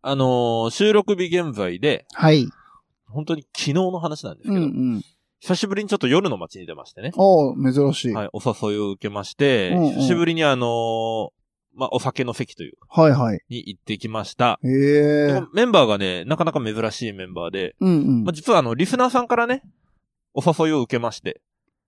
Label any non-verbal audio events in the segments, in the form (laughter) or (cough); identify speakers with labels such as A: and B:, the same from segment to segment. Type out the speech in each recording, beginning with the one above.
A: あのー収録日現在で、
B: はい。
A: 本当に昨日の話なんです
B: う
A: け
B: ん
A: ど、
B: うん。
A: 久しぶりにちょっと夜の街に出ましてね。
B: おー、珍しい。は
A: はいい、お誘いを受けまして、
B: うんうん
A: 久しぶりにあのーまあ、お酒の席というか、
B: はい。
A: に行ってきました。
B: へ
A: で
B: え
A: も。メンバーがね、なかなか珍しいメンバーで、
B: うんうん
A: まあ、。実はあの、リスナーさんからね、お誘いを受けまして、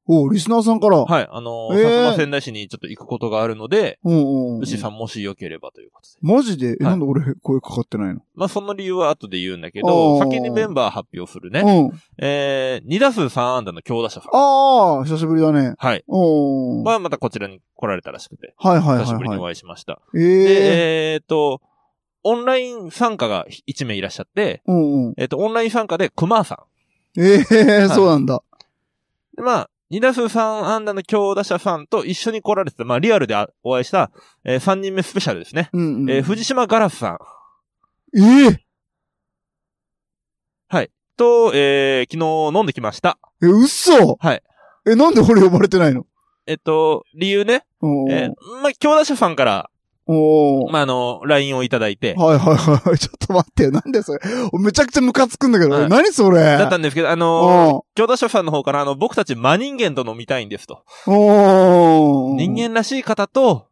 B: おー、リスナーさんから。
A: はい、あのー、
B: えー
A: 薩摩仙台市にちょっと行くことがあるので、
B: うんうん。
A: 牛さんもしよければということで。
B: マジでえ、
A: はい
B: なんで俺声かかってないの
A: まあ、その理由は後で言うんだけ
B: お
A: ど、
B: ー
A: 先にメンバー発表するね。
B: うん。
A: えー、2打数3安打の強打者さん。
B: あー、久しぶりだね。
A: はい。
B: おー。
A: まあ、またこちらに来られたらしくて、
B: はいはい
A: 久しぶりに
B: はいは
A: お会いしました。
B: い。ええ。
A: で、えーっと、オンライン参加が1名いらっしゃって、
B: うんうん。
A: えーっと、オンライン参加で熊さ
B: ええ、
A: い
B: そうなんだ。
A: ん。で、まあ、2打数3安打の強打者さんと一緒に来られてた、まあ、リアルであお会いした、え3人目スペシャルですね。
B: うんうん。
A: えー藤島ガラスさん
B: えー
A: と、えー昨日飲んできました。
B: え、嘘
A: はい。
B: え、なんで俺呼ばれてないの
A: えっと、理由ね。
B: おー
A: えーまあ、強打者さんから、
B: おー
A: まあ、あの、LINE をいただいて、
B: はいはいはい。 (laughs) ちょっと待ってよ。なんでそれ。めちゃくちゃムカつくんだけど。
A: はい
B: 何それ。
A: だったんですけど、あの、
B: お
A: 強打者さんの方から、あの、僕たち真人間と飲みたいんですと。
B: ーおー
A: 人
B: い
A: 間らしい方と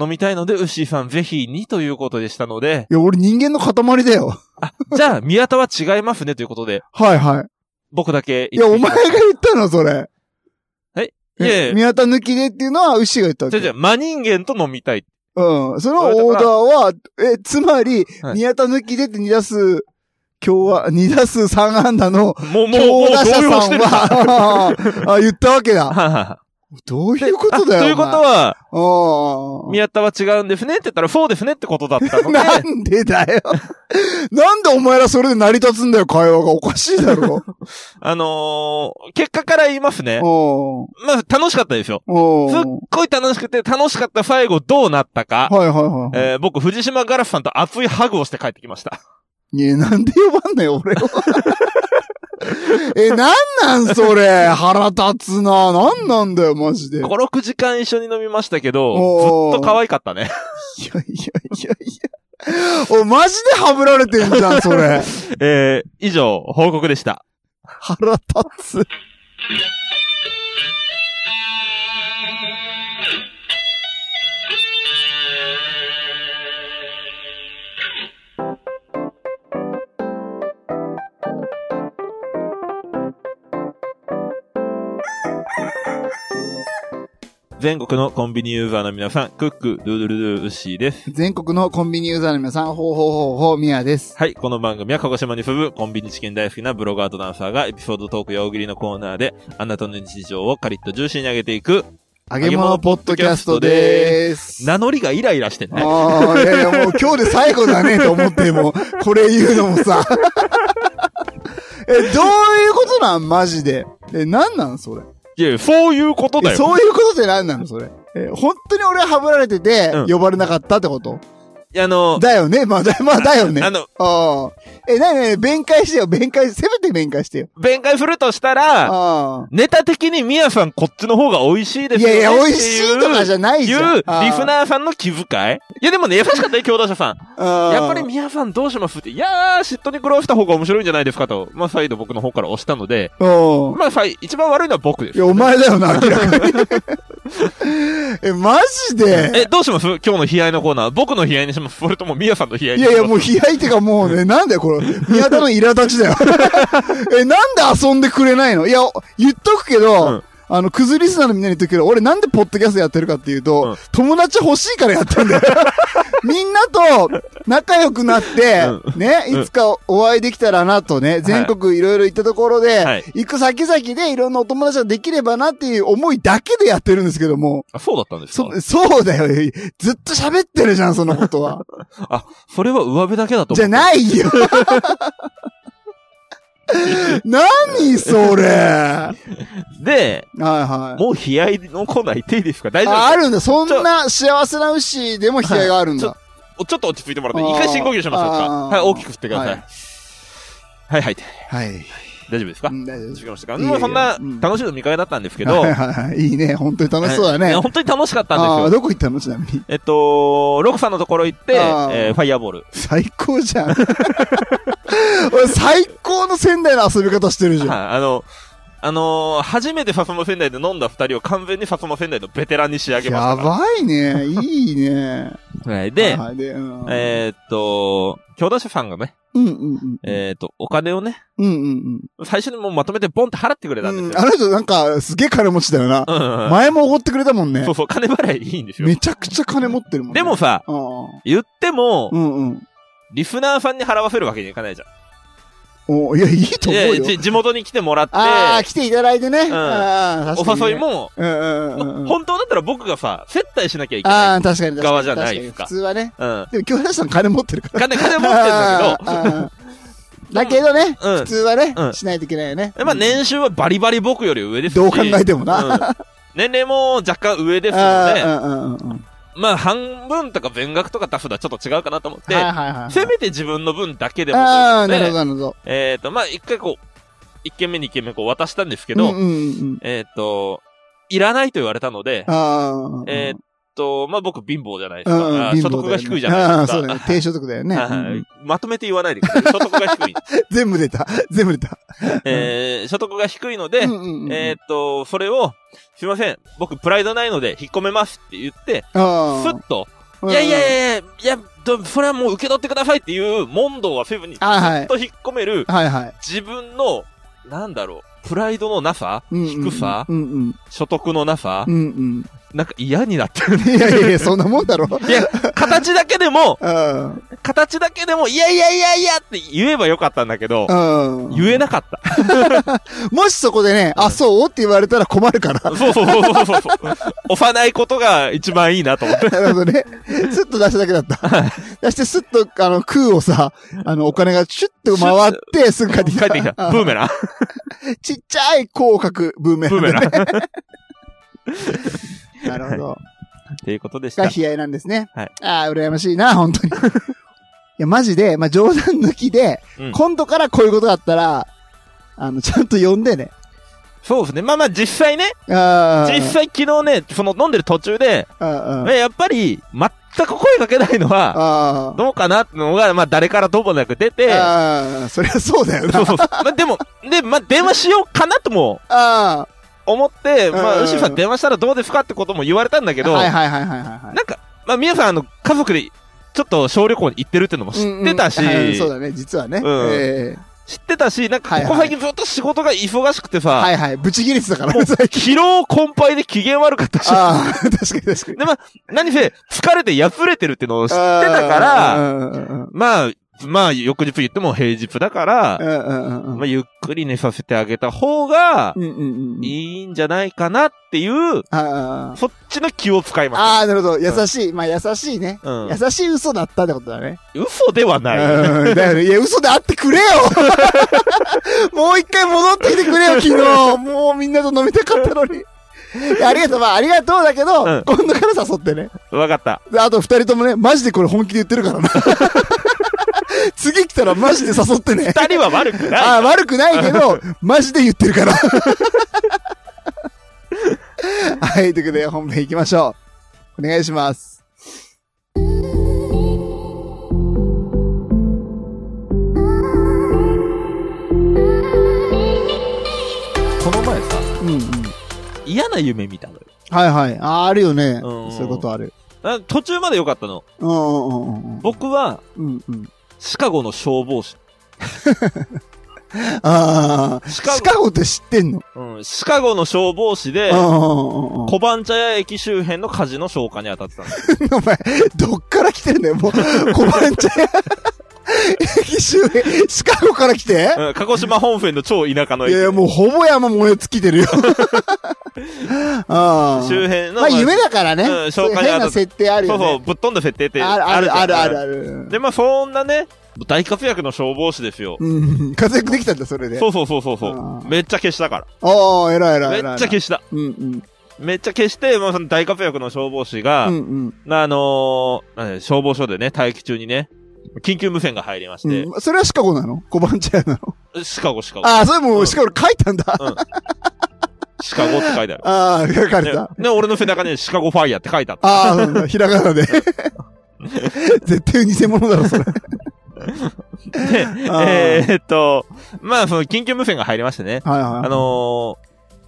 A: 飲みたいので、ウッシーさんぜひにということでしたので、 (laughs)
B: や、俺人間の塊だよ。
A: あ、じゃあ、宮田は違いますねということで、
B: はいはい。
A: 僕だけ
B: いや、お前が
A: い
B: 言ったの、それ。
A: やいやいや、
B: 宮田抜きでっていうのは、牛が言ったわ
A: じゃあ
B: け。
A: じゃあ真人間と飲みたい。
B: うん。そのオーダーは、え、つまり、
A: はい
B: 宮田抜きでって2打数、今日は、2打数3安打の、
A: もう、もう、もう
B: 強、打者
A: 動揺し
B: さ
A: て
B: ん
A: る。は
B: は、 (laughs) あ、言ったわけだ。
A: い (laughs) は
B: どういうこ
A: いはい。
B: とだよ。
A: ということは、
B: は、うん
A: 宮田は違うんですねって言ったら、そうですねってことだったので、
B: (laughs) なんでだよ。なんでお前らそれで成り立つんだよ、会話が。おかしいだ
A: (laughs)
B: ろ。
A: あのー結果から言いますね。
B: おう
A: まあ、楽しかったですよ。
B: おう
A: すっごい楽しくて、楽しかった最後どうなったか。
B: はいはいはいはい。
A: えー僕、藤島ガラスさんと熱いハグをして帰ってきました。
B: いや、なんで呼ばんねん、俺は。 (laughs) え、なんなんそれ。腹立つな。なんなんだよ、マジで。い
A: 5、
B: や
A: 6時間一緒に飲みましたけど、
B: おー
A: ずっと可愛かったね。 (laughs)
B: いやいやいや。お、マジでハブられてんじゃん、それ。
A: えー、以上、報告でした。
B: (laughs) 腹立つ。
A: 全国のコンビニユーザーの皆さん、クック、ドゥドゥルドゥ、ウッシーです。
B: 全国のコンビニユーザーの皆さん、ほうほうほうほう、みやです。
A: はい、この番組は鹿児島に住むコンビニチキン大好きなブロガーとダンサーがエピソードトークや大喜利のコーナーで、あなたの日常をカリッとジューシーに上げていく、
B: 揚げ物ポッドキャストでーす。
A: 名乗りがイライラしてね。
B: ああ、いやいや、もう今日で最後だねと思っ
A: (laughs)
B: て、もう、これ言うのもさ。え、どういうことなんマジで。え、なんなんそれ。
A: いや、そういうことだ
B: え
A: よ。
B: そういうことってなんなのそれ。え、本当に俺はハブられてて、
A: うん
B: 呼ばれなかったってこと
A: いやあの、
B: だよねまあ、だまあ、だよね。
A: あ
B: あ
A: の、
B: あ。え、なになに弁解してよ、弁解、せめて弁解してよ。
A: 弁解するとしたら、
B: あ
A: ネタ的にミヤさんこっちの方が美味しいで
B: あ。い
A: すよ
B: や
A: ね。
B: いや、美味しいとかじ
A: ゃ
B: ゃない
A: い
B: じ
A: う、
B: ゃん。
A: リスナーさんの気遣いいやでもね、優しかったよ、共同者さん。
B: ー
A: やっぱり、ミヤさんどうしますって、いやー、嫉妬に苦労した方が面白いんじゃないですかと、まあ再度僕の方から押したので、
B: うん。
A: まあさい一番悪いのは僕で
B: い
A: す。
B: や、お前だよな、明ら
A: (laughs)
B: かに。え、マジで
A: え、どうします今日の悲哀のコーナー。僕の悲哀にしますそれともミヤさんの悲哀に
B: い
A: し
B: や
A: ます
B: いや、もう、冷やいてかも
A: (laughs)
B: うね、なんだよ、これ。宮田の苛立ちだよ。え、なんで遊んでくれないのいや、言っとくけど、
A: うん
B: あの、クズリスナーのみんなに言っとくけど、俺なんでポッドキャストやってるかっていうと、
A: うん
B: 友達欲しいからやってん
A: (laughs)
B: だよ。みんなと仲良くなって、ね、いつかお会いできたらなとね、全国いろいろ行ったところで、
A: はい
B: 行く先々でいろんなお友達ができればなっていう思いだけでやってるんですけども、
A: あ、そうだったんですか
B: そ、そうだよ。ずっと喋ってるじゃん、そのことは。
A: あ、それは上辺だけだと思う。
B: じゃない (laughs) よ何それはい
A: で、
B: はい。
A: もう悲哀のコーナー行っていいですか大丈夫です
B: あ
A: か
B: あるんだ。そんな幸せな牛でも引き合いがあるんだ。
A: はおちょっと落ち着いてもらって、
B: あー
A: 一回深呼吸しましょうか。
B: あー
A: はい、大きく振ってください。
B: は
A: はい、はい。
B: はい。
A: 大丈夫ですか
B: うん大丈夫です
A: 続きましたか
B: いえいえ
A: もうそんな
B: うん
A: 楽しいの見かけだったんですけ
B: (laughs)
A: ど、
B: はいはいはいいいね。本当に楽しそうだ
A: い
B: ね
A: や。本当に楽しかったん
B: あ
A: で
B: あ、
A: すよ。
B: どこ行ったのちなみに。
A: えっと、ロコさんのところ行って、え
B: あー
A: ーファイアーボール。
B: 最高じゃ (laughs) ん。俺、最高の仙台の遊び方してるじゃん。
A: はい、あの、あのー初めて薩摩仙台で飲んだ二人を完全に薩摩仙台のベテランに仕上げま
B: や
A: したか
B: ばいね。いいね。
A: ら。はい、で、
B: はい、で、うん。
A: えーっと、兄弟者さんがね、
B: うんうんうん。
A: えーっと、お金をね、
B: うんうん
A: 最初にもうまとめてボンって払ってくれたん
B: う
A: で
B: ん。
A: すよ。
B: あの人なんか、すげえ金持ちだよな。
A: うんうんうん
B: 前もおごってくれたもんね
A: そう。そう、金払いいいんですよ。
B: めちゃくちゃ金持ってるもんね。
A: でもさ、
B: あ
A: 言っても
B: あ、うんうん。
A: リスナーさんに払わせるわけにいかないじゃん。
B: おいや、いいと
A: い
B: 思
A: や
B: う
A: いや
B: よ。
A: じ地元に来てもらって、
B: ああ、来ていただいてね。
A: ん
B: ああ確か
A: お
B: にね
A: 誘いも、
B: うんうんうんうん。
A: 本当だったら僕がさ、接待しなきゃいけ
B: あ
A: ない。
B: あ、確かに確かに。
A: 側じゃないですか
B: 確に普通はね。
A: うん。
B: でも、京平さん金持ってるから。
A: 金、金持ってんだけど、
B: だけど。だけどね、
A: うん
B: 普通はね、
A: うん
B: しないといけないよね。
A: えまあ年収はバリバリ僕より上ですし
B: どう考えてもな。
A: うん年齢も若干上ですので、
B: ああうんうんうんうん
A: まあ半分とか全額とか出すのはちょっと違うかなと思って、
B: はいはいはい。
A: せめて自分の分だけでもと
B: ああ、
A: い
B: な
A: う
B: る
A: こ
B: ほ
A: とで、
B: どなるほど。
A: えっ、と、まあ一回こう、一軒目二軒目こう渡したんですけ
B: け
A: ど、
B: うんうんうん。
A: えっ、と、いらないと言われたので、えっ、
B: ああ。
A: と、まあ僕貧乏じゃないです
B: うん
A: か。
B: 貧乏だよね
A: 所得が低いじゃないです
B: あ
A: か。
B: あ、そうだね。低所得だよね。
A: はい
B: うんうん
A: まとめて言わないでください。所得が
B: (laughs)
A: 低い。
B: 全部出た。全部出た。
A: えー所得が低いので、
B: うんうんうん
A: えーっと、それを、すいません、僕プライドないので引っ込めますって言って、
B: あ
A: ふ
B: あ
A: っと、
B: うん
A: いやいやいやいや、いや、どそれはもう受け取ってくださいっていう問答はせずに、ず
B: あはい
A: っと引っ込める、
B: はいはい。
A: 自分の、なんだろう、プライドのなさ、
B: うんうん
A: 低さ、
B: うんうん。
A: 所得のなさ
B: う、ん
A: なんか嫌になってる
B: うん。いやいやいや、そんなもんだろ。
A: (laughs) いや、形だけでも、
B: うん。
A: 形だけでも、いやいやいやいやって言えばよかったんだけど、
B: うん。
A: 言えなかった。
B: もしそこでね、あ、そうって言われたら困
A: (laughs)
B: るから。
A: そうそうそうそうそうそう。押さないことが一番いいなと思
B: (laughs)
A: って。
B: なるほどね。スッと出しただけだった。出してスッと、あの、空をさ、あの、お金がシュッと回って、すぐ帰ってき
A: 帰っ
B: た。
A: てきた。ブーメ
B: (laughs)
A: ラン。
B: ちっちゃい口角、ブーメ
A: ブーメ
B: ラ
A: ラン。っ
B: (laughs) ン。なるほど。
A: ていうことでした
B: が。悲哀なんですね。
A: はい
B: ああ、羨ましいな、本当に。い (laughs) や、マジで、まあ、冗談抜きで、
A: うん
B: 今度からこういうことがあったら、あの、ちゃんと呼んでね。
A: そうですね。まあまあ実際ね、
B: あー
A: 実際昨日ね、その飲んでる途中で、
B: あーあー
A: ねやっぱり全く声かけないのは、
B: あー
A: どうかなってのが、まあ誰からともなく出て、
B: あー、そりゃそうだよな。
A: そうそうそう。まあでも、で、まあ電話しようかなとも
B: あ
A: 思って、ま
B: うん
A: あ、牛さん電話したらどうですかってことも言われたんだけ
B: あ、
A: ど、
B: はい
A: な
B: はいはいはいはいは
A: ん
B: い。
A: か、まあ皆さん、あの、家族で、ちょっと小旅行に行ってるってのも知ってたし、
B: うんうんはいそうだね、実はね。
A: うん
B: ええ
A: 知ってたし、なんか
B: はいは
A: こ
B: い
A: こ最近ずっと仕事が忙しくてさ、
B: はいはい、ブチギレてたから (laughs)
A: もう
B: ね、最近。
A: 疲労困憊で機嫌悪か
B: (laughs)
A: ったし、
B: ああ、確かに確かに。
A: で、まあ、何せ、疲れてやつれてるってのを知ってたか
B: う
A: ら、
B: んうんうん
A: まあ、まあ、翌日言っても平日だから、
B: うんうんうん
A: まあ、ゆっくり寝させてあげた方が、
B: うんうんうん。
A: いいんじゃないかなっていう、
B: ああ。
A: そっちの気を使いま
B: ああ、なるほど。優しい。まあ、優しいね。
A: うん
B: 優しい嘘だったってことだね。
A: す。嘘ではない。
B: うん。だよね。いや、嘘であっ
A: (laughs)
B: てくれよもう一回戻ってきてくれよ、昨日。もうみんなと飲みたかったのに。いやありがとう、まあ、ありがとうだけど、
A: うん
B: 今度から誘ってね。
A: わかった。
B: であと二人ともね、マジでこれ本気で言ってる
A: (laughs)
B: からな。次来たらマジで誘ってね。
A: 二人は悪くない。
B: (laughs) ああ、悪くない
A: (laughs)
B: けど、マジで言ってるから。はい、ということで本編行きましょう。お願いします。
A: この前さ、
B: うんうん。
A: 嫌な夢見たのよ。
B: はいはい。あー、あるよね。
A: うんうん
B: そういうことある。
A: あ途中まで良かったの。
B: うんうんうんうん。
A: 僕は、
B: うんうん。
A: シカゴの消防士。
B: ああ、
A: シ
B: シ
A: カゴ
B: カゴって知ってんの
A: うん、シカゴの消防士で
B: う、んうんうんうん。
A: 小判茶屋駅周辺の火事の消火に当たってたんです。
B: (laughs) お前、どっから来てんだよ、もう。小判茶屋。駅周辺、シカゴから来て
A: うん鹿児島本線の超田舎の
B: い
A: 駅。
B: やいや、もうほぼ山燃え尽きてる
A: (laughs)
B: よ。ああ。
A: 周辺の。
B: まあ夢だからね。
A: うん
B: そうい
A: 紹
B: う
A: 介
B: 変
A: あ
B: な
A: と
B: 設定ある
A: そ
B: よ
A: うそう、
B: ね。
A: ぶっ飛んだ設定って
B: あるあるあるあるあ
A: る
B: る
A: じゃん。で、まあそんなね、大活躍の消防士ですよ。
B: うん。活躍できたんだ、それで。
A: そうそうそうそうそ
B: あ
A: う。
B: ー
A: めっちゃ消したか
B: ああ、偉い偉い
A: ら。
B: 偉
A: め
B: い
A: っ。ちゃ消した。
B: うんうん。
A: めっちゃ消して、まあその大活躍の消防士が、
B: うんうん。
A: あのーなんで消防署でね、待機中にね、緊急無線が入りまして、
B: うん、それはシカゴなの小判茶屋なの
A: シカゴ、シカゴ。
B: ああ、それも
A: う
B: うんしかも書いたんだ。
A: シカゴって書いてある。
B: ああ、書かれ
A: ね
B: た。
A: ね、俺の背中にシカゴファイヤーって書いてあった。
B: ああ、そうだひらが
A: (laughs)
B: なで。絶対偽物だろ、それ。
A: で、
B: あー
A: えーっと、まあ、その、緊急無線が入りましてね。
B: はいはい。
A: あのー、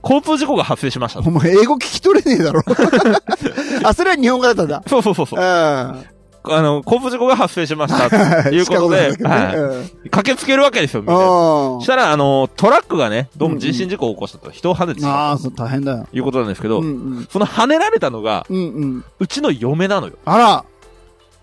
A: 交通事故が発生しましたと。
B: お前、英語聞き取れねえだろ。 (laughs) あ、それは日本語だったんだ。
A: そうそうそうそう
B: う。ん。
A: あの、交通事故が発生しました。ということで、
B: (laughs) シカゴなんだけどね
A: 駆けつけるわけですよ、みん
B: う
A: な。
B: ん。
A: したら、あのー、トラックがね、どうも人身事故を起こしたと、人をはねてし
B: あ
A: ま
B: あ、
A: った
B: そう、大変だよ。
A: ということなんですけど、
B: うんうん。
A: その跳ねられたのが、
B: うんうん。
A: うちの嫁なのよ。
B: あら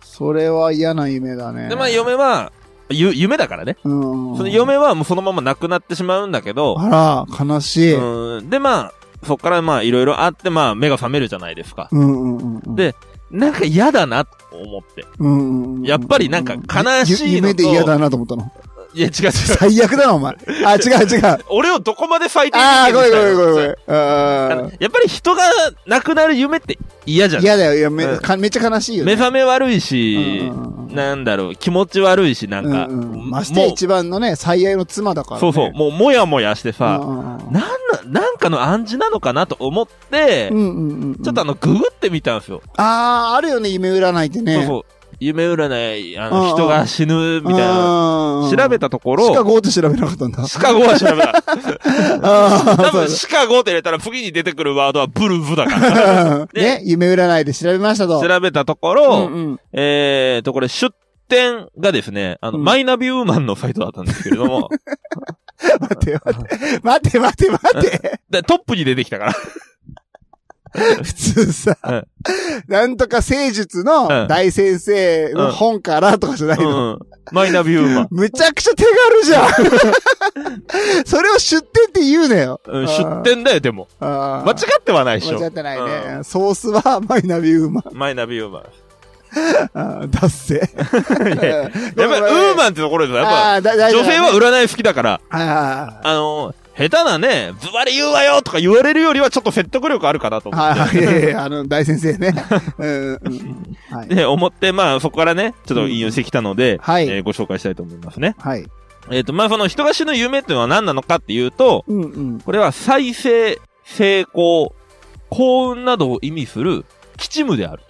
B: それは嫌な夢だね。
A: で、まあ、嫁は、ゆ、夢だからね。
B: うん。
A: その嫁はもうそのまま亡くなってしまうんだけど、
B: あら、悲しい。うん
A: うん、で、まあ、そっからまあ、いろいろあって、まあ、目が覚めるじゃないですか。
B: うんうんうん。
A: でなんか嫌だな、と思って。
B: うんうんうん、
A: やっぱりなんか悲しいのと
B: ゆ夢で嫌だなと思ったの。
A: いや、違う違う。
B: 最悪だな、お前。あ、違う違う。
A: (laughs) 俺をどこまで最低に
B: ああ、ごめんごめんごめんごめ
A: (laughs) ん。
B: ん。あ
A: やっぱり人が亡くなる夢って嫌じ
B: ー
A: ゃん。
B: 嫌だよ。いやめ
A: うん
B: かめっちゃ悲しいよ、
A: 目
B: ね。
A: 覚め悪いし
B: うん、うんうん
A: なんだろう、気持ち悪いし、なんか、
B: うんうん、
A: も
B: ま
A: う、
B: して一番のね、最愛の妻だから、ね。
A: そうそう、もうもやもやして
B: う
A: さ、
B: んうんうん
A: なんな、なんかの暗示なのかなと思って
B: う、んうんうんうん、
A: ちょっとあの、ググってみたんですよ。
B: あーあるよね、夢占いってね。
A: そうそう。夢占い、あ
B: うんうん
A: の、人が死ぬ、みたいな。
B: な
A: 調べたとこ
B: シカ
A: ろ、
B: ゴって調べなかったんだ。
A: シカゴは調
B: (laughs)
A: べた。
B: あ
A: 多
B: あ、 (laughs) そう
A: 分、シカゴって入れたら次に出てくるワードはブルブだから。
B: だ。ね
A: ね、
B: 夢占いで調べましたと。
A: 調べたとこ
B: うん
A: ろ、
B: うん。
A: えーと、これ出店がですね、あの、
B: うん
A: マイナビウーマンのサイトだったんですけれど
B: (laughs)
A: も、
B: 待て待て、待て待て待て。
A: でトップに出てきたから。
B: 普通さ
A: うん、
B: なんとか聖術
A: う
B: の
A: ん
B: 大先生の本からとかじゃないの。
A: うんうんマイナビウーマン。
B: むちゃくちゃ手軽じゃん (laughs) それを出店って言うなよ。
A: うん出店だよ、でも。
B: あー。
A: 間違ってはないでし
B: 間違
A: ょ
B: っ。てないね。ソースはマイナビウ (laughs) ーマン。
A: マイナビウーマン。
B: あーだっせ。 (laughs)
A: いやいややっぱりウーマンってところですよ。やっ
B: あーだ
A: ぱ、
B: 大丈夫
A: 女性は占い好きだから、
B: は
A: あの、下手なね、ズバリ言うわよとか言われるよりはちょっと説得力あるかなと
B: い
A: 思っ (laughs)
B: はいはい。いやいやあの、大先生ね。うんうん。はい
A: て、。で思って、まあそこからね、ちょっと引用してきたので、
B: はい
A: えーご紹介したいと思いますね。
B: はい。
A: えっ、と、まあその人が死ぬ夢っていうのは何なのかっていうと、
B: うんうん。
A: これは再生、成功、幸運などを意味する吉夢である。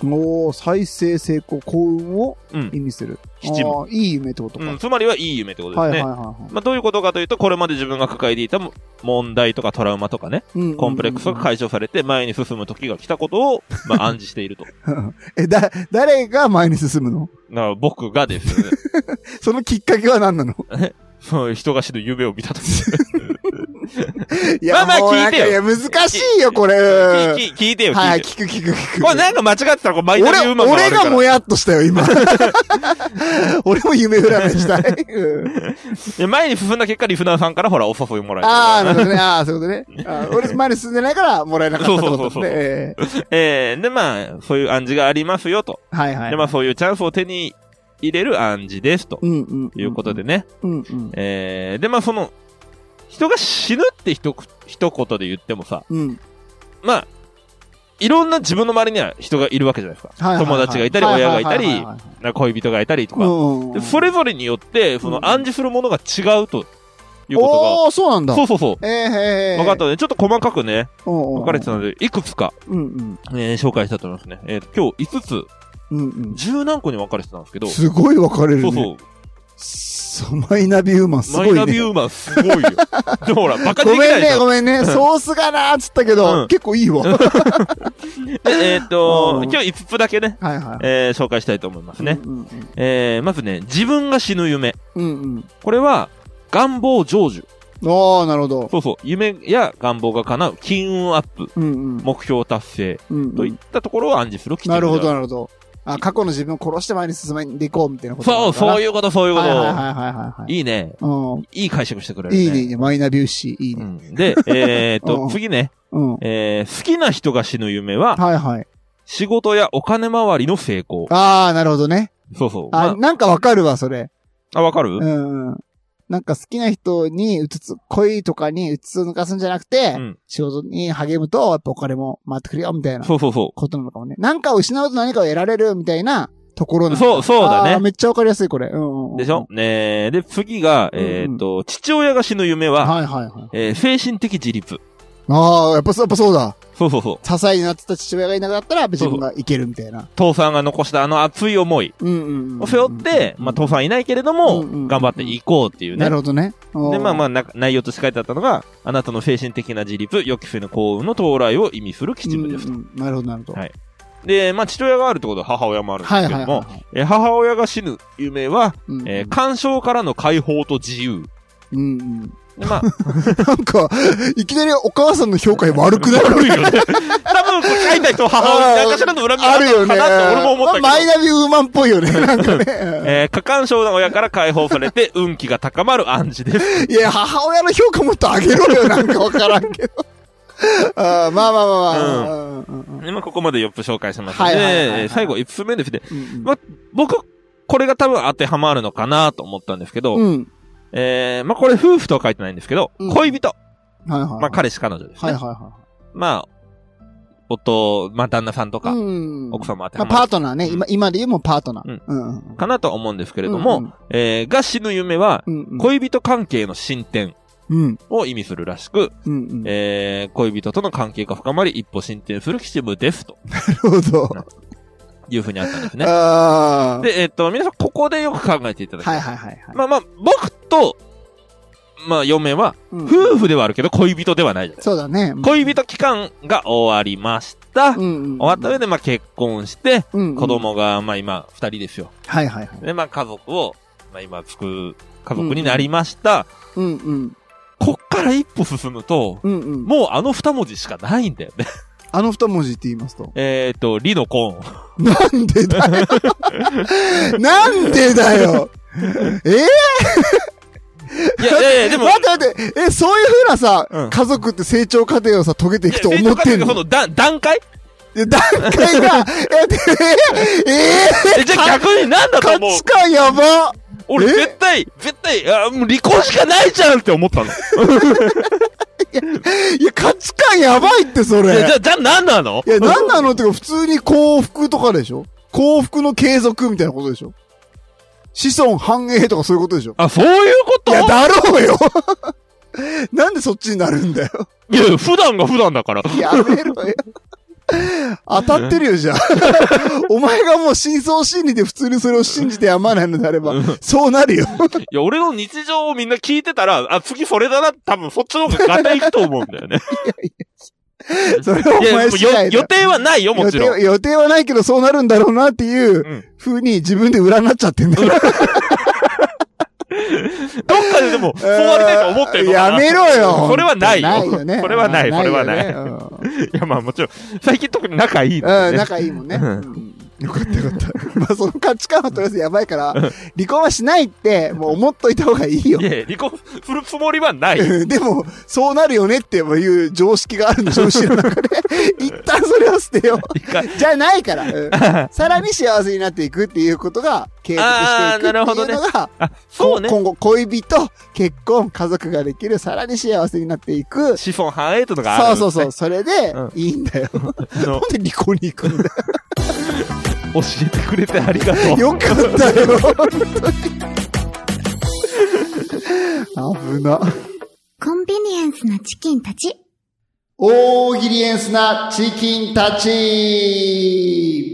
B: おー、再生成功、幸運を
A: うん
B: 意味する。
A: 七分
B: あーいい夢ってことか。
A: う
B: は
A: ん、
B: い
A: つまりはいい夢ってこと
B: はい
A: ですね。
B: はいはい。
A: まあどういうことかというと、これまで自分が抱えていたも問題とかトラウマとかね、
B: うんうんうん
A: コンプレックスが解消されて前に進む時が来たことを、まあ、暗示していると。だか
B: え、だ、誰が前に進むの
A: ら僕がですね、
B: そのきっかけは何なの
A: そういう人が死ぬ夢を見たとき。
B: い
A: まあまあ
B: もうなん
A: 聞い
B: か
A: てよ
B: いや、難しいよ、これ。
A: 聞い聞いてよ、
B: は
A: 聞
B: い、
A: いてよ。
B: 聞く聞く聞く。
A: これなんか間違ってたら、これマイナビウーマン
B: 俺、俺
A: 悪いか
B: が
A: ら
B: もやっとした
A: (laughs)
B: よ、今。俺も夢占いしたい。うん
A: いや前に進んだ結果、リフナーさんからほら、お誘いもらえた
B: ああ、なるほどね。ああ、そういうことね。あー俺、前に進んでないから、もらえなかったってことです
A: そうそうそうそう
B: ねえ
A: えー、で、まあ、そういう暗示がありますよと。
B: ー。はいはい。
A: で、まあ、そういうチャンスを手に入れる暗示ですと。
B: うんうん。
A: いうことで。ね。
B: うんうん。
A: えー、で、まあ、その、人が死ぬって一く一言で言ってもさ、
B: うん。
A: まあ、いろんな自分の周りには人がいるわけじゃないです
B: はい
A: か。
B: はいはい
A: 友達がいたり、親がいた
B: はは
A: り
B: は、は
A: なんか恋人がいたりとか。
B: うん
A: でそれぞれによって、そ
B: うん
A: の暗示するものが違うというこ
B: おー、そうなん
A: と
B: だ。
A: が、そうそうそう。
B: えーへーへー。
A: 分かったので、ちょっと細かくね、
B: おー。
A: 分かれてたので、いくつか、
B: うんうん。
A: えー紹介したいと思いますね。えっ、と、今日5つ、
B: うんうん。
A: 十何個に分かれてたんですけど、そ
B: すごい分かれるね。
A: うそう、
B: そうマイナビウーマンすご
A: マ
B: い
A: イ
B: ね。
A: ナビウーマンす
B: (laughs)
A: ごいよ。でもほら、バカ
B: ご
A: にできない
B: めん
A: でし
B: ね、
A: ょ
B: ごめんね。ソースがなーっつったけど、
A: うん
B: 結構いいわ。はい
A: でえっ、
B: う
A: と、
B: ん
A: 今日5つだけね、
B: は
A: えー紹介したいと思います
B: い。
A: ね。
B: うん
A: えー、まずね、自分が死ぬ夢。
B: うん。うん
A: これは、願望成就。
B: うん。ああ、なるほど。
A: そうそう。夢や願望が叶う。金運アップ。
B: うんうん。
A: 目標達成。
B: うんうん
A: といったところを暗示する基準
B: なるほど、
A: だ。
B: なるほど。あ、過去の自分を殺して前に進んでいこうみたいなことな
A: そ
B: の
A: う、
B: かな。
A: そういうこと、そういうこ
B: はいはいはい
A: と。
B: はいはいはい。
A: いいね。
B: う
A: いい解釈してくれ
B: ん。
A: るね。
B: いいね、いいね。マイナビウシ、いいうね。
A: ん。で、えーっ
B: うん
A: と、次ね。
B: うん。は
A: えー、好きな人が死ぬ夢は、
B: いはい。
A: 仕事やお金回りの成功。
B: ああ、なるほどね。
A: そうそう。
B: あ、
A: ま
B: なんかわかるわ、それ。
A: あ、わかる
B: うん。なんか好きな人にうつつ、恋とかにうつつを抜かすんじゃなくて、
A: うん
B: 仕事に励むと、やっぱお金も回ってくるよ、みたいな
A: そうそうそ
B: ことなのかもね。なんかを失うと何かを得られる、みたいなところなんだ
A: そう、そうだ
B: あー
A: ね。
B: めっちゃわかりやすい、これ。うんうんうん
A: でしょねえで、次が、
B: うんうん
A: えーっと、父親が死ぬ夢は、
B: はいはいはい。
A: えー精神的自立。
B: ああ、やっぱそう、やっぱそうだ。
A: そうそうそう。
B: 支えになってた父親がいなかったら、自分がいけるみたいな。
A: 父さんが残したあの熱い思い
B: うんうんうん。
A: を背負って、まあ、父さんいないけれど
B: う
A: も
B: んうん、
A: 頑張っていこうっていうね
B: な。るほどね。
A: で、まあま
B: あ。
A: あ、な内容として書いてあったのが、あなたの精神的な自立、予期せぬ幸運の到来を意味する基
B: うん
A: 準
B: う
A: ですと。
B: んなるほど、なるほど。
A: はいで、まあ、父親があるってことは母親もあるんですけ
B: はい
A: ど
B: はい
A: も
B: は、
A: えー母親が死ぬ夢は、
B: うんうん
A: えー干渉からの解放と自由。
B: うんうん。
A: で
B: (laughs)
A: まあ、
B: なんか、いきなりお母さんの評価悪くなる
A: 悪いよね。多分、これ書いた人、母親、何かしらの恨みがあ
B: ある
A: る
B: よ
A: のか
B: ね。
A: なって俺も思ったけど。
B: まあマイナビウーマンっぽいよね。なんかね。
A: えー、過干渉な親から解放されて、運気が高まる暗示です。
B: いや、母親の評価もっと上げろよ。なんかわからんけど。あーまあまあまあまあうんうんうん
A: (laughs) でまあ、ここまで4つ紹介しました
B: は
A: の
B: い
A: で、
B: はいはいはい
A: えー最後1つ目ですね。
B: うん。
A: まあ、僕、これが多分当てはまるのかなと思ったんですけど、
B: うん。
A: えー、まあ、これ夫婦とは書いてないんですけど、
B: うん
A: 恋人。
B: はいはい。
A: まあ、彼氏彼女です
B: は
A: ね。
B: いはいは
A: まあ、夫、まあ、旦那さんと
B: い。
A: か、
B: うん
A: 奥様当て
B: ま
A: は
B: あ、
A: ま
B: パ
A: る
B: ートナーね。今、今で言うもんパートナー。うん。うん。
A: かなとは思うんですけれども、
B: うん
A: えー、が死ぬ夢は、
B: うん、うんうん。
A: 恋人関係の進展
B: うん。
A: を意味するらしく、
B: うんうん。なる
A: えー、恋人との関係が深まり、一歩進展する吉夢です、と
B: ほど。
A: いうふうにあったんですね。
B: ああ。
A: で、えっ、と、皆さん、ここでよく考えていただきた。
B: はいいはいはいはい。
A: まあまあ、僕と、まあ、嫁は、
B: うん
A: 夫婦ではあるけど、恋人ではないじゃない
B: そうだね。
A: 恋人期間が終わりました。終
B: うんうん。
A: わった上で、まあ、結婚して、
B: うんうん
A: 子。供が、まあ、今、二人ですよ。
B: はいはいはい。
A: で、まあ、家族を、まあ、今、作る、家族になりました。
B: うんうん。
A: こっから一歩進むと、
B: うんうん。
A: もうあの二文字しかないんだよね。
B: あの二文字って言いますと。
A: えっと、リのコ
B: (laughs)
A: ーン。
B: なんで
A: (laughs)
B: だよなんでだよえ
A: いやいやいや、で
B: ー、 (laughs)
A: も、
B: 待って待って、え、そういう風なさ、
A: うん
B: 家族って成長過程をさ、遂げていくと
A: いや
B: 思ってん
A: そ
B: の
A: の段段階
B: いや段階が、え、でえー、
A: え、じゃあ逆になんだと
B: 価
A: 思う
B: 値観やば
A: 俺
B: え
A: 絶対、絶対、あーもう離婚しかないじゃんって思ったの。い
B: いや、価値観やばいって、それ。
A: やじゃあ、じゃあ何なの
B: いや、なんなのってか、普通に幸福とかでしょ幸福の継続みたいなことでしょ子孫繁栄とかそういうことでしょ
A: あ、そういうこ
B: い
A: とい
B: や、だろ
A: (laughs)
B: うよなんでそっちになるんだよ。
A: や普段が普段だから。
B: やめろよ。当たってる
A: (laughs)
B: よ、じゃあ。お前がもう真相心理で普通にそれを信じてやまないのであれば、そうな
A: (laughs)
B: るよ。
A: いや、俺の日常をみんな聞いてたら、あ、次それだな、多分そっちの方がガタいくと思うんだよね。
B: それ (laughs) はお
A: いや、
B: 前
A: もう
B: 次
A: よ
B: 第だ
A: 予定はないよ、も
B: 予
A: ち
B: 定
A: ろ
B: は
A: ん。
B: 予定はないけど、そうなるんだろうなっていう
A: うん
B: 風に自分で占っちゃってんだよ。
A: どっかででも、そうありたいと思ってるのか
B: や
A: な
B: めろよ。
A: これはないよ。
B: ないよね。
A: これはない、これはない。い
B: よね
A: や、まあもちろん、最近特に仲いいの
B: う
A: で
B: ん、
A: ね。
B: 仲いいもんね。
A: う
B: うんんよかったよかった。まあその価値観はとりあえずやばいから、離婚はしないって、もう思っといた方がいいよ
A: い。や、離婚するつもりはない。
B: うん (laughs) でも、そうなるよねっていう常識があるんでしょ、後ろの中で。一旦それを捨てよう。
A: 一回。
B: じゃないから、
A: (laughs)
B: うんさらに幸せになっていくっていうことが継続していくっていう
A: あーなるほどね
B: のが、
A: あ、そ
B: こ
A: うね。
B: 今後恋人、結婚、家族ができる、さらに幸せになっていく。
A: シフォン繁栄とかあ
B: そう
A: る。
B: そうそう、それで
A: うん、
B: いいんだよ。なん
A: (laughs) あの
B: で離婚に行くんだ
A: (laughs) 教えてくれてありがとう。
B: よかったよ、本当に。危な。
C: コンビニエンスなチキンたち。
B: 大喜利エンスなチキンたち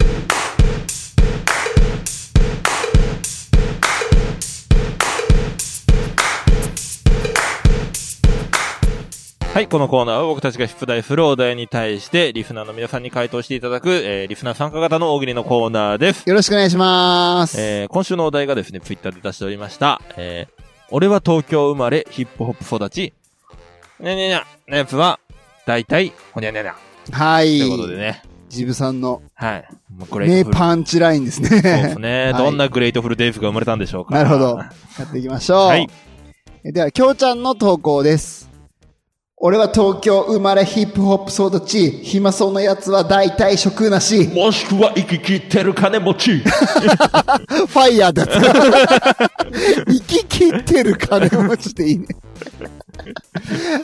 A: はい、このコーナーは僕たちが出題するお題に対して、リスナーの皆さんに回答していただく、えー、リスナー参加型の大喜利のコーナー
B: (laughs)
A: です。
B: よろしくお願いします。
A: えー、今週のお題がですね、ツイッターで出しておりました。えー、俺は東京生まれ、ヒップホップ育ち。にゃにゃにゃ、のやつは、だいたい、ほにゃにゃにゃ。
B: はい。
A: ということでね。
B: ジブさんの
A: はい。もうグレイ
B: 名
A: トフル。
B: パンチラインです
A: そうです
B: ね。
A: ね。
B: はい
A: どんなグレートフルデイズが生まれたんでしょうか。
B: (laughs) なるほど。やっていきましょう。
A: はい。
B: えでは、きょうちゃんの投稿です。俺は東京生まれヒップホップ育ち、暇そうな奴は大体食なし、フ
A: もしくは息切ってる金持ち。
B: (laughs) ァイヤーだった。生き切ってる金持ちでいいね。 (laughs)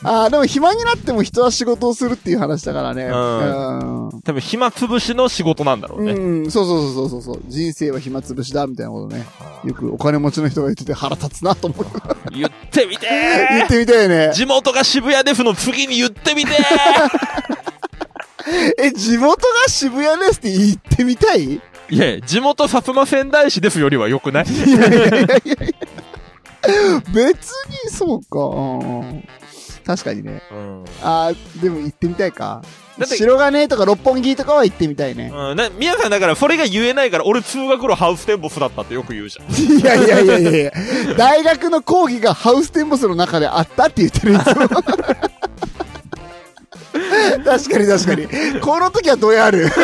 B: ああ、でも暇になっても人は仕事をするっていう話だからね。
A: うん多分暇つぶしの仕事なんだろう
B: うん。
A: ね。
B: うん、そうそうそうそうそう。人生は暇つぶしだ、みたいなことね。よくお金持ちの人が言ってて腹立つなと
A: (laughs)
B: 思う。
A: 言ってみてー
B: 言ってみたいね。
A: 地元が渋谷デフの次に言ってみてー (laughs)
B: え、地元が渋谷ですって言ってみたい
A: いやいや地元薩摩仙台市デフよりは良くない
B: 別にそうか。うん確かにね。
A: うん。
B: あーでも行ってみたいか
A: だ。って
B: 白金とか六本木とかは行ってみたいね。
A: うん、な、皆さんだからそれが言えないから、俺通学路ハウステンボスだったってよく言 (laughs) うじゃん。
B: いやいやいやいやいや大学の講義がハウステンボスの中であったって言って (laughs) るんですよ。確かに確かに。この時はどやある。 (laughs)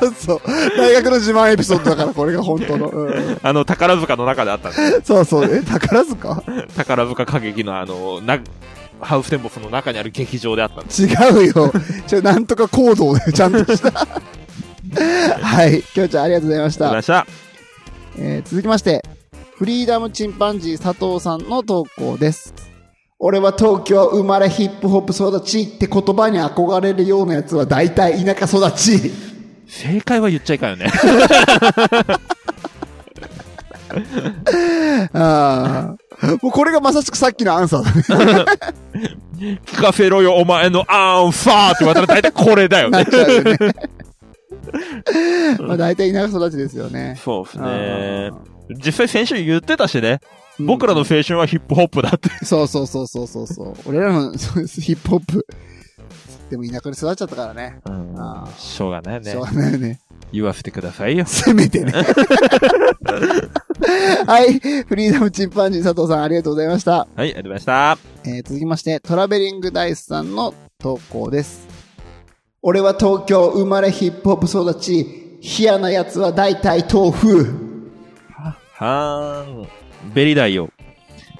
B: そうそう。大学の自慢エピソードだから、これが本当の。うん
A: あの、宝塚の中であったんです
B: そうそう。え、宝塚
A: 宝塚歌劇のあの、な、ハウステンボスの中にある劇場であったんです。
B: 違うよ。ちょ、なんとか行動で、ちゃんとした。はい。きょうちゃん、ありがとうございまし
A: ありが。とう
B: た
A: ございまし
B: えー続きまして、フリーダムチンパンジー佐藤さんの投稿です。俺は東京生まれヒップホップ育ちって言葉に憧れるようなやつは大体田舎育ち。
A: た。正解は言っちゃいかんよね。
B: (laughs)
A: (laughs)
B: ああ。もうこれがまさしくさっきのアンサーだ (laughs) ね。
A: 聞かせろよ、お前のアンファーって言われたら大体これだよ
B: な
A: ね
B: っ。ちゃうよね。まあ大体田舎育ちですよね。
A: そうです
B: ね
A: ね。実際先週言ってたしね。
B: うん
A: 僕らの青春はヒップホップだって。
B: そうそうそうそうそうそう。俺らの (laughs) そうですヒップホップ。でも田舎に育っちゃったからね。あー
A: しょうがない
B: し
A: ね
B: ょう。がないよね。
A: 言わせてくださいよ。
B: せめてね。はい。フリーダムチンパンジー佐藤さんありがとうございまし
A: は
B: た。
A: い、ありがとうございまし
B: えー続きまして、トラベリングダイスさんの投稿です。俺は東京生まれヒップホップ育ち、冷やな奴は大体豆腐。
A: た。はーん。ベリダイよ。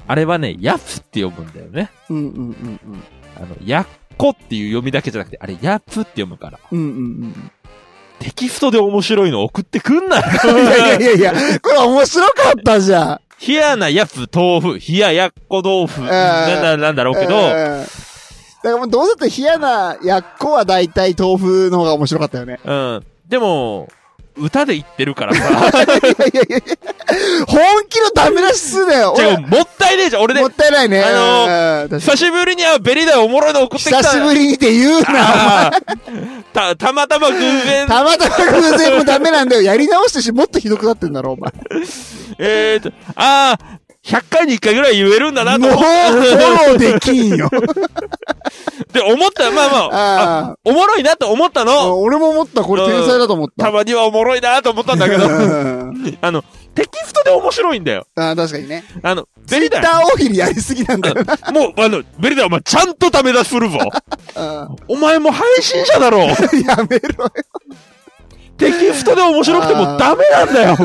A: あれはね、ヤツって呼ぶんだよね。
B: うんうんうんうん。
A: あの、ヤッコっていう読みだけじゃなくて、あれ、ヤツって読むから。
B: うんうん
A: テキストで面白いの送ってくん
B: (laughs)
A: なよ
B: うん。いやいやいやいや、これ面白かったじゃん。
A: 冷やなやつ豆腐、冷ややっこ豆腐、なんだ、なんだろうけど、
B: うんだからもうどうせだって冷やなやっこは大体豆腐の方が面白かったよね。
A: うん。でも、歌で言ってるから
B: (laughs)
A: さ、
B: いやいやいやいや本気のダメ出しすんだよ。
A: じゃ
B: 俺
A: あもったいねえじゃん、俺ね
B: もっ、たいないね。
A: あ
B: うん確か
A: 久しぶりにはベリダイおもろいの送
B: に
A: ってきた。
B: 久しぶりにって言うな。
A: あー (laughs) た、たまたま偶然、
B: たまたま偶然もダメなんだよ。やり直してし、もっとひどくなってんだろ、お前。
A: えーと、ああ、100回に1回ぐらい言えるんだなと
B: もう、
A: 思
B: フォローできんよ。 (laughs)
A: って思った、まあまあ、あ
B: あ
A: おもろいなと思った
B: あ。
A: の。
B: 俺も思った、これ天才だと思った。
A: たまにはおもろいなと思ったんだけど、
B: う
A: (laughs)
B: ん
A: あの、テキストで面白いんだよ。
B: ああ、確かにね。
A: あの、
B: ツ
A: ベ
B: イ
A: リ
B: ッタ
A: ダイ。
B: ー大喜利やりすぎなんだよな。
A: もう、あの、ベリダイお前ちゃんとダメ出しするぞ。
B: うん
A: お前も配信者
B: (laughs)
A: だろ
B: やめろよ。
A: テキストで面白くてもダメなんだよ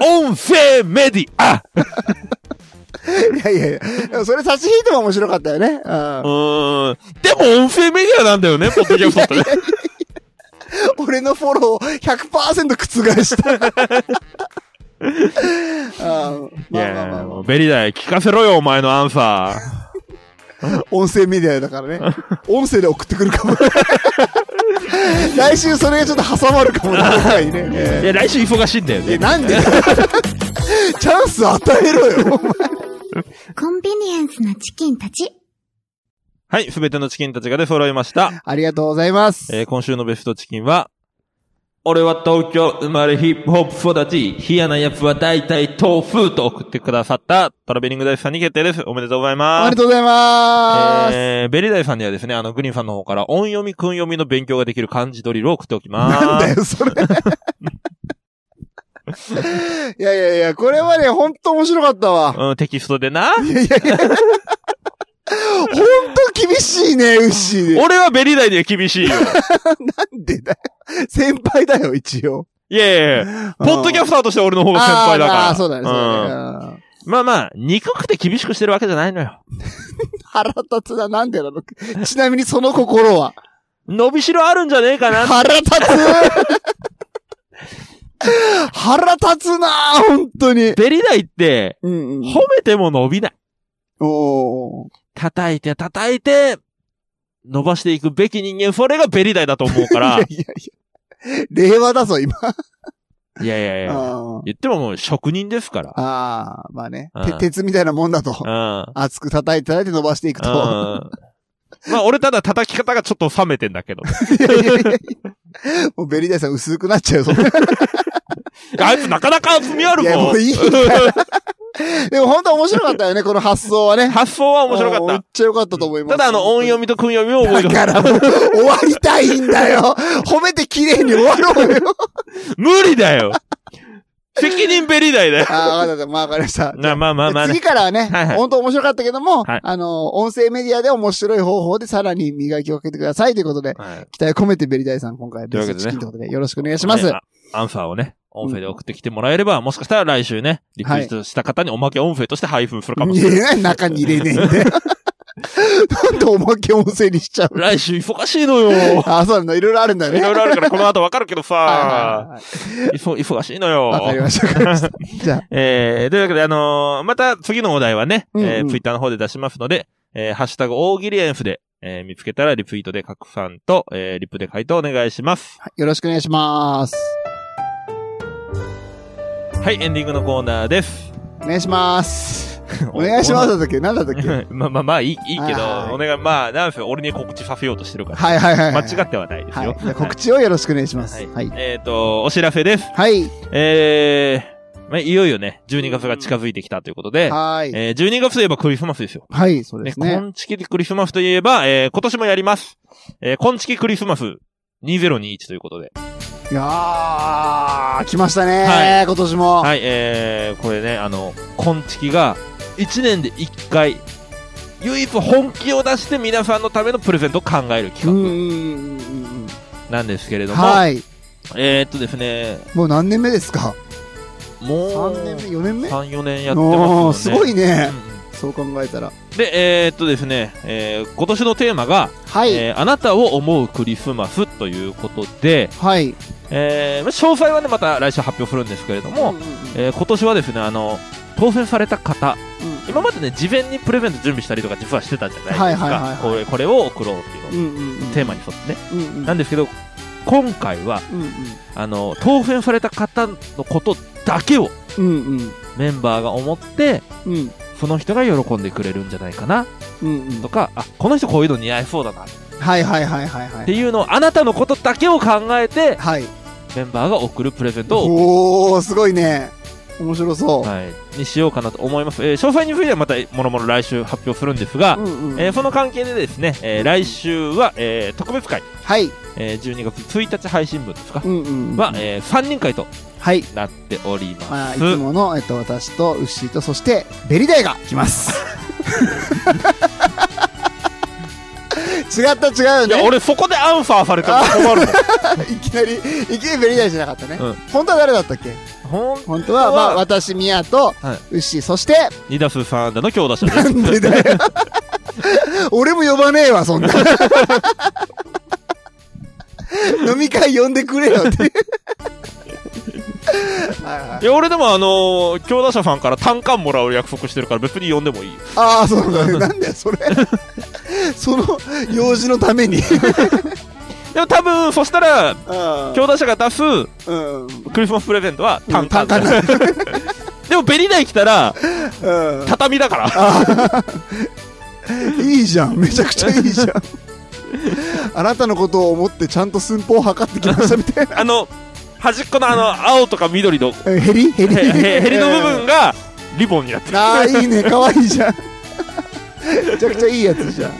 A: 音声メディア
B: いやいやいや。でもそれ差し引いても面白かったよね。うん
A: うーん。でも音声メディアなんだよ (laughs) ね、ポッドキャストって。
B: 俺のフォロー100%覆 (laughs) した。あー
A: い
B: まあまあま
A: や
B: あま
A: もうベリダイ聞かせろよ、お前のアンサー。
B: あ、音声メディアだから
A: (laughs)
B: ね。音声で送ってくるかも。 (laughs) 来週それがちょっと挟まるか
A: (laughs)
B: もな、今回ね。え
A: いや、来週忙しいんだよ
B: ー
A: ね。
B: えなんで (laughs) チャンス与えろよ。
C: コンビニエンスなチキンたち。
A: はい、すべてのチキンたちが出揃いました。
B: ありがとうございます。
A: えー今週のベストチキンは、俺は東京生まれヒップホップ育ち、冷やな奴は大体豆腐と送ってくださったトラベリングダイスさんに決定です。おめでとうございます。
B: ありがとうございます。
A: えー、ベリダイさんにはですね、あの、グリーンさんの方から音読み、訓読みの勉強ができる漢字ドリルを送っておきます。
B: なんだよ、それ。いやいやいや、これはね、ほんと面白かったわ。
A: うん、テキストでな。 (laughs)
B: ほんと厳しいね、ウッシー。
A: 俺はベリダイには厳しいよ。
B: なんでだよ。先輩だよ、一応。
A: いやいやいやポッドキャスターとしては俺の方が先輩だから。
B: あーあー、そうだね、そうだね。うん
A: うんまあまあ、憎くて厳しくしてるわけじゃないのよ。
B: 腹立つな、なんでなの (laughs) ちなみにその心は。
A: 伸びしろあるんじゃねえかな。
B: 腹立つ (laughs) 腹立つなぁ、本当に。
A: ベリダイって、
B: うん、うん
A: 褒。めても伸びない。
B: おー
A: 叩いて叩いて、伸ばしていくべき人間、それがベリダイだと思うから、
B: (laughs) いやいや。令和だぞ、今。
A: いやいやいや、
B: あ
A: 言ってももう職人ですから。
B: あー、まあね。
A: うん
B: て鉄みたいなもんだと。
A: うん。
B: 熱く叩いて叩いて伸ばしていく
A: う
B: と。
A: ん。まあ俺ただ叩き方がちょっと冷めてんだけど。
B: (laughs) いやいやいやもうベリーダイさん薄くなっちゃうよ、 (laughs) そんな
A: あいつなかなか踏みある
B: いや、も
A: もん
B: う。いいからでも本当面白かったよね、この発想はね。
A: (laughs) 発想は面白か
B: うんめ
A: っ
B: っちゃ良かったと思い
A: た。
B: ます。
A: ただあの音読みと訓読みを覚えて
B: だ
A: ほしい
B: からもう終わりたいんだ (laughs) よ褒めて綺麗に終わろうよ (laughs)
A: 無理だよ責任ベリーだよね。
B: ああ、わかった、まあわかりま (laughs) した。
A: なまあまあまあ
B: 次
A: ね。
B: からはね、
A: はいはい
B: 本当面白かったけども、
A: はい
B: あの、音声メディアで面白い方法でさらに磨きをかけてくださいということで、
A: はい
B: 期待込めてベリダイさん今回は
A: と
B: ベ
A: いうわけ
B: ー
A: でね
B: スチキンということでよろしくお願いします。
A: ねあアンサーをね、音声で送ってきてもらえれば、もしかしたら来週ね、リクエストした方におまけ音声として配布するかもしれない。
B: 言えない中に入れねえん (laughs) だよ。なんでおまけ音声にしちゃう
A: 来週忙しいの
B: (laughs)
A: よ。
B: ああ、そうなんだ。いろいろあるんだ
A: い
B: ね。
A: ろいろあるからこの後わかるけど
B: はいはい
A: さ、
B: はい
A: いそ忙しいのよ。
B: わかりました、わかりま (laughs) した。じゃ
A: えー、というわけで、あのーまた次のお題はね、
B: うんうん
A: えー、ツイッターの方で出しますので、えー、ハッシュタグ大喜利エンフで、えー、見つけたらリツイートで拡散と、えー、リップで回答お願いします。
B: あ、よろしくお願いします。
A: はい、エンディングのコーナーです。
B: お願いします。お願いしますだったっけなんだったっけ
A: (laughs) まあまあまあ、いい、いいけ
B: は
A: ど
B: い、
A: お願い、まあ、なんせ俺に告知させようとしてるから、
B: はいはいはい。
A: 間違
B: っ
A: ってはないです
B: は
A: よ。
B: い。じゃあ告知をよろしくお願いします。
A: はい
B: はい。
A: えっ、と、お知らせです。
B: はい。
A: えー、まあ、いよいよね、12月が近づいてきたということで、
B: はい。
A: えー、12月といえばクリスマスですよ。
B: はい、そう
A: ね
B: ですね。
A: 今月クリスマスといえば、えー、今年もやります。えー、今月クリスマス2021ということで。
B: いやー、来ました
A: は
B: ね今年も。
A: はい、えー、これね、あの、今月が1年で1回、唯一本気を出して皆さんのためのプレゼントを考える
B: うんうん
A: 企
B: うんうん
A: 画なんですけれ
B: う
A: ど
B: ん。
A: も、
B: はい。
A: えー、っとですね、
B: もう何年目ですか
A: もう、
B: ?3 年目 ?4 年目
A: 3 4年やって
B: おー
A: ます
B: す
A: よね。
B: ごいね
A: う。ん
B: そう考えたら。
A: うんで、えー、っとですね、えー、今年のテーマが、
B: はい。
A: えーあなたを思うクリスマスということで、
B: はい。
A: えーまあ詳細はね、また来週発表するんですけれども、
B: んん
A: えー今年はですね、あの、当選された方、
B: ん
A: 今までね、事前にプレゼント準備したりとか実はしてたじゃないですか。
B: はいはいはいはい
A: これこれを送ろうっていう
B: う
A: のを
B: んうんうん。
A: テーマに沿ってね。
B: うんうん。
A: なんですけど、今回は、
B: うん
A: あの、当選された方のことだけを
B: うん。うんうん。
A: メンバーが思って、
B: うん
A: その人が喜んでくれるんじゃないかな
B: うんうん
A: と。か、あ、この人こういうの似合いそうだなっ
B: はいはいはいはいは
A: て
B: い。
A: いうのを、あなたのことだけを考えて、
B: はい。
A: メンバーが送るプレゼントを
B: おおーすごいね面白そう、
A: はい、にしようかなと思います。えー詳細についてはまた、もろもろ来週発表するんですが、
B: うんうん
A: えーその関係でですね、えー来週は、えー特別会、
B: はい
A: えー12月1日配信分ですか、
B: うんうんうん
A: は、えー3人会と
B: はい
A: なっております。
B: まあ、いつもの、えっと、私とウッシーとそしてベリダイが来ます違った違う
A: いや、
B: ね
A: 俺そこでアンサーされたら困るもん。
B: いきなりいきなりベリダイじゃなかったね、
A: うん
B: 本当は誰だったっけ
A: ほん、
B: (laughs) 本当は、まあ、私ミヤ
A: は
B: とウッシーそして
A: 2打数3安打の強打者で
B: なんで (laughs) だよ俺も呼ばねえわそんな飲み会呼んでくれよって (laughs) はいはい
A: いや、俺でもあのー強打者さんから単冠もらう約束してるから別に呼んでもいいよ。
B: ああ、そうだね。なんだよ、それ。 (laughs) その用事のために。
A: でも多分、そしたら、
B: あ
A: 強打者が出す
B: ーうん。
A: クリスマスプレゼントは単
B: 単価
A: 冠。
B: な。
A: でも、ベリダイ来たら、
B: うん
A: 畳だから。
B: いいじゃん。めちゃくちゃいいじゃん。あなたのことを思ってちゃんと寸法を測ってきましたみたい
A: (laughs) (laughs) あの、端っこのあの、青とか緑の、
B: な。ヘリヘリ
A: へへヘリの部分が、リボンになってる。
B: ああ、いいね。かわいいじゃん。めちゃくちゃいいやつじゃん。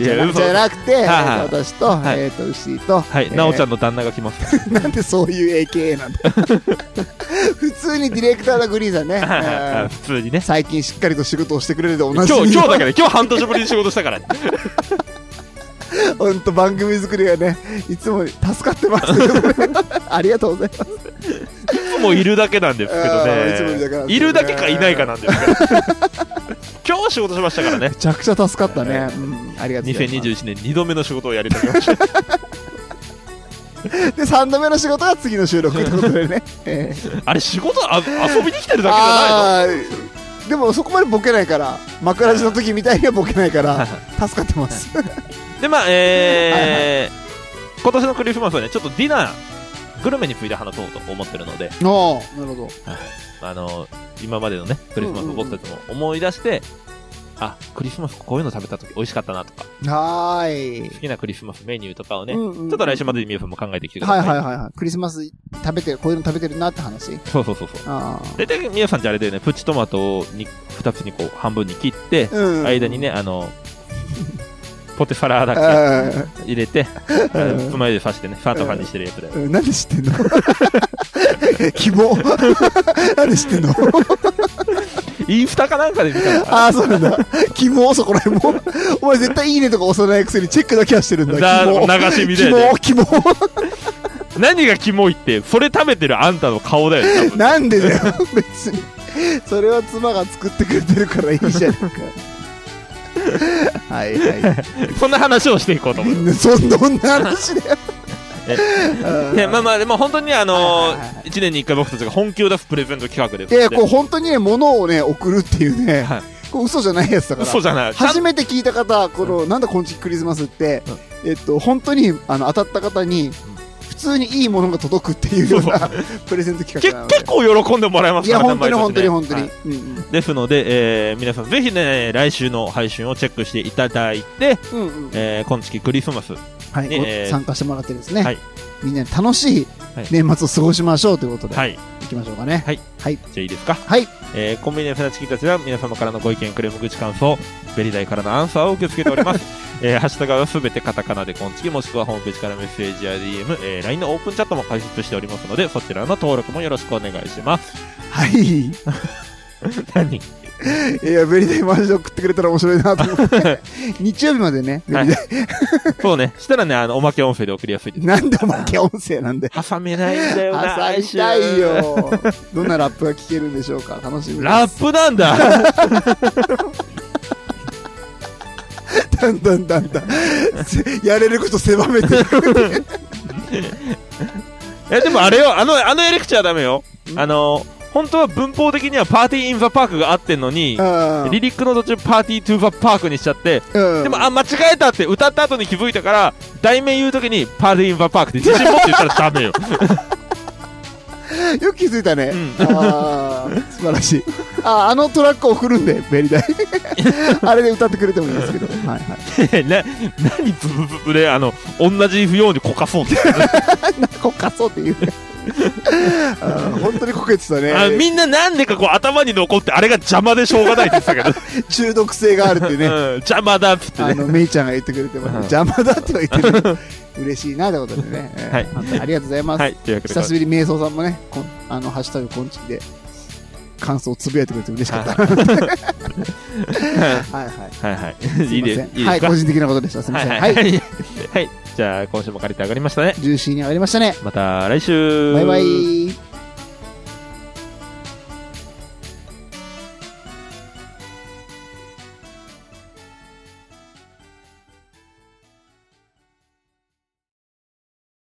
A: い
B: じ
A: や
B: ゃなく
A: 嘘
B: じゃなくて、え
A: いはい
B: ーと私と、
A: はい
B: えっと、牛と。
A: はい、
B: えー
A: なおちゃんの旦那が来ます。
B: なんでそういう AKA な
A: (laughs)
B: んだ普通にディレクターのグリーンさんね。うん
A: 普通にね。
B: 最近しっかりと仕事をしてくれるでお
A: 今
B: なじみ
A: 日、今日だけで、今日半年ぶりに仕事したから。
B: ほんと番組作りがねいつも助かってます
A: (laughs)
B: ありがとうございます
A: もういるだけなんですけど
B: あー (laughs) いつ
A: ね。
B: もいるだけなんですけどね
A: いるだけかいないかなん
B: (laughs)
A: ですけど。今日仕事しましたからね
B: め。ちゃくちゃ助かったね、うん、ありがとうございます
A: 2021年2度目の仕事をやりたきました。
B: で、3度目の仕事が次の収録ってこと
A: (laughs)
B: でね。えー
A: (laughs) あれ仕事あ遊びに来てるだけじゃ
B: あーでもそこまでボケないから枕地の時みたいにはボケな
A: (laughs)
B: いから助かってます
A: ないのでまあえー今年のクリスマスはねちょっとディナーグルメについて話そうと思ってるので、
B: おーなるほど
A: あの今までのねクリスマス
B: うん
A: を
B: うんうん
A: 僕たちも思い出して、あクリスマスこういうの食べた時美味しかったなとか
B: はーい
A: 好きなクリスマスメニューとかをね、
B: うんうんうん
A: ちょっと来週までに皆さんも考えてきてくだ
B: は
A: さ
B: い
A: い、
B: はいはいはいクリスマス食べてるこういうの食べてるなって話
A: そうそうそうそう
B: あ
A: 大体皆さんってあれだよねプチトマトをに2つにこう半分に切って
B: あ、うん
A: 間にねあのポテサラ
B: う
A: だ
B: ん
A: け入れてあ
B: うん
A: のつまようじ刺してねファンとファンにしてるやつだよ
B: うんなんで知ってんの (laughs) 希望なんで知ってんの
A: インスタかなんかで見たのか
B: ああそうなんだ希望そこら辺もお前絶対いいねとか押さないくせにチェックだけはしてるんだ
A: な
B: 希望
A: 流し見だよね
B: 希望希望
A: 何がキモいってそれ食べてるあんたの顔だよね多分
B: なんでだよ別にそれは妻が作ってくれてるからいいじゃんかはいは
A: (laughs) そんな話をしていこうと思う
B: いそんなどんな話だようん
A: でまあまあでも本当にねあの
B: はいはいはいはい
A: 1年に1回僕たちが本気を出すプレゼント企画で
B: いやいやこう本当にね物をね送るっていうね、
A: はい
B: こう嘘じゃないやつだから
A: 嘘じゃないちゃん
B: 初めて聞いた方この、なんだこんちきクリスマスって、えっと本当にあの当たった方に普通にいいものが届くっていうようなプレゼント企
A: け
B: 画なので
A: 結構喜んでもらえま
B: い
A: すか
B: や
A: らね
B: 本当に
A: 毎
B: 本
A: 年ね
B: 当に本当に、
A: はい
B: うん
A: ですので、えー皆さんぜひね、来週の配信をチェックしていただいて、
B: うんうんうん
A: えー今月クリスマス、は
B: はい、
A: ね
B: ご
A: えー
B: 参加してもらってですね、
A: はい
B: みんなで楽しい
A: はい
B: 年末を過ごしましょうということで、い、
A: い。
B: 行きましょうかね。
A: はい。
B: はい。
A: じゃあいいですか。
B: はい。
A: えーコンビニのフラチキたちは皆様からのご意見、クレーム口感想、ベリダイからのアンサーを受け付けております。
B: (laughs)
A: えーハッシュタグはすべてカタカナでコンチキ、もしくはホームページからメッセージや DM、えー LINE のオープンチャットも開設しておりますので、そちらの登録もよろしくお願いし
B: (laughs)
A: ます。
B: はい。い
A: 何
B: や、ベリダイマジで送ってくれたら面白いなと思って。日曜日までね、ベリダイ。
A: そうね。したらね、あの、おまけ音声で送りやすい
B: (laughs)
A: です。
B: なんでおまけ音声なんで。
A: 挟め (laughs) ないんだよな。
B: 朝
A: 来
B: 行き
A: 週
B: たい。よ。どんなラップが聞けるんでしょうか。楽しみです。
A: ラップなん
B: (laughs)
A: だ
B: だんだんだんだん。やれること狭
A: (laughs)
B: めてる。
A: え、でもあれよ、あの、あのエレクチャーダメよ。あの、本当は文法的にはパーティーインザパークがあってんのに、
B: うん
A: リリックの途中パーティートゥーザパークにしちゃって、
B: うん
A: でも、あ、間違えたって歌った後に気づいたから、題名言うときにパーティーインザパークって自信持って言ったらダ
B: (laughs)
A: メよ。
B: よく気づいたね
A: うん。
B: あー素晴らしい。あー、あのトラック送るんで、ベリダイ。 (laughs) あれで歌ってくれてもいいで
A: (laughs)
B: すけど。はいはい。
A: な、何ブブブブで、あの、同じ不要にこかそうって。
B: こかそうっていうね。あー本当にこけてたね。
A: あみんななんでかこう頭に残って、あれが邪魔でしょうがないって言ってたけ
B: (laughs)
A: ど、
B: 中毒性があるって
A: うん
B: ね。
A: 邪魔だっつって
B: あ
A: ね。
B: の、めいちゃんが言ってくれてま
A: う
B: す。
A: ん
B: 邪魔だっては言ってるけ
A: (laughs)
B: ど。嬉しいなってことでね。えー
A: はい
B: 本当にありがとうございます。
A: はい、というわけで
B: 久しぶり、瞑想さんもね、こんあの、ハッシュタグ、こんちきで、感想をつぶやいてくれて嬉しかった。はいはい。
A: はいはい。
B: す
A: いい
B: ま
A: で
B: せ
A: す
B: ん。
A: いい
B: は
A: です
B: い、
A: か
B: 個人的なことでした。すみま
A: はい
B: せ
A: はい
B: ん。は。
A: はいい。はい。じゃあ、今週も借りて上がりましたね。
B: ジューシーに上がりましたね。
A: また来週
B: バイバイ。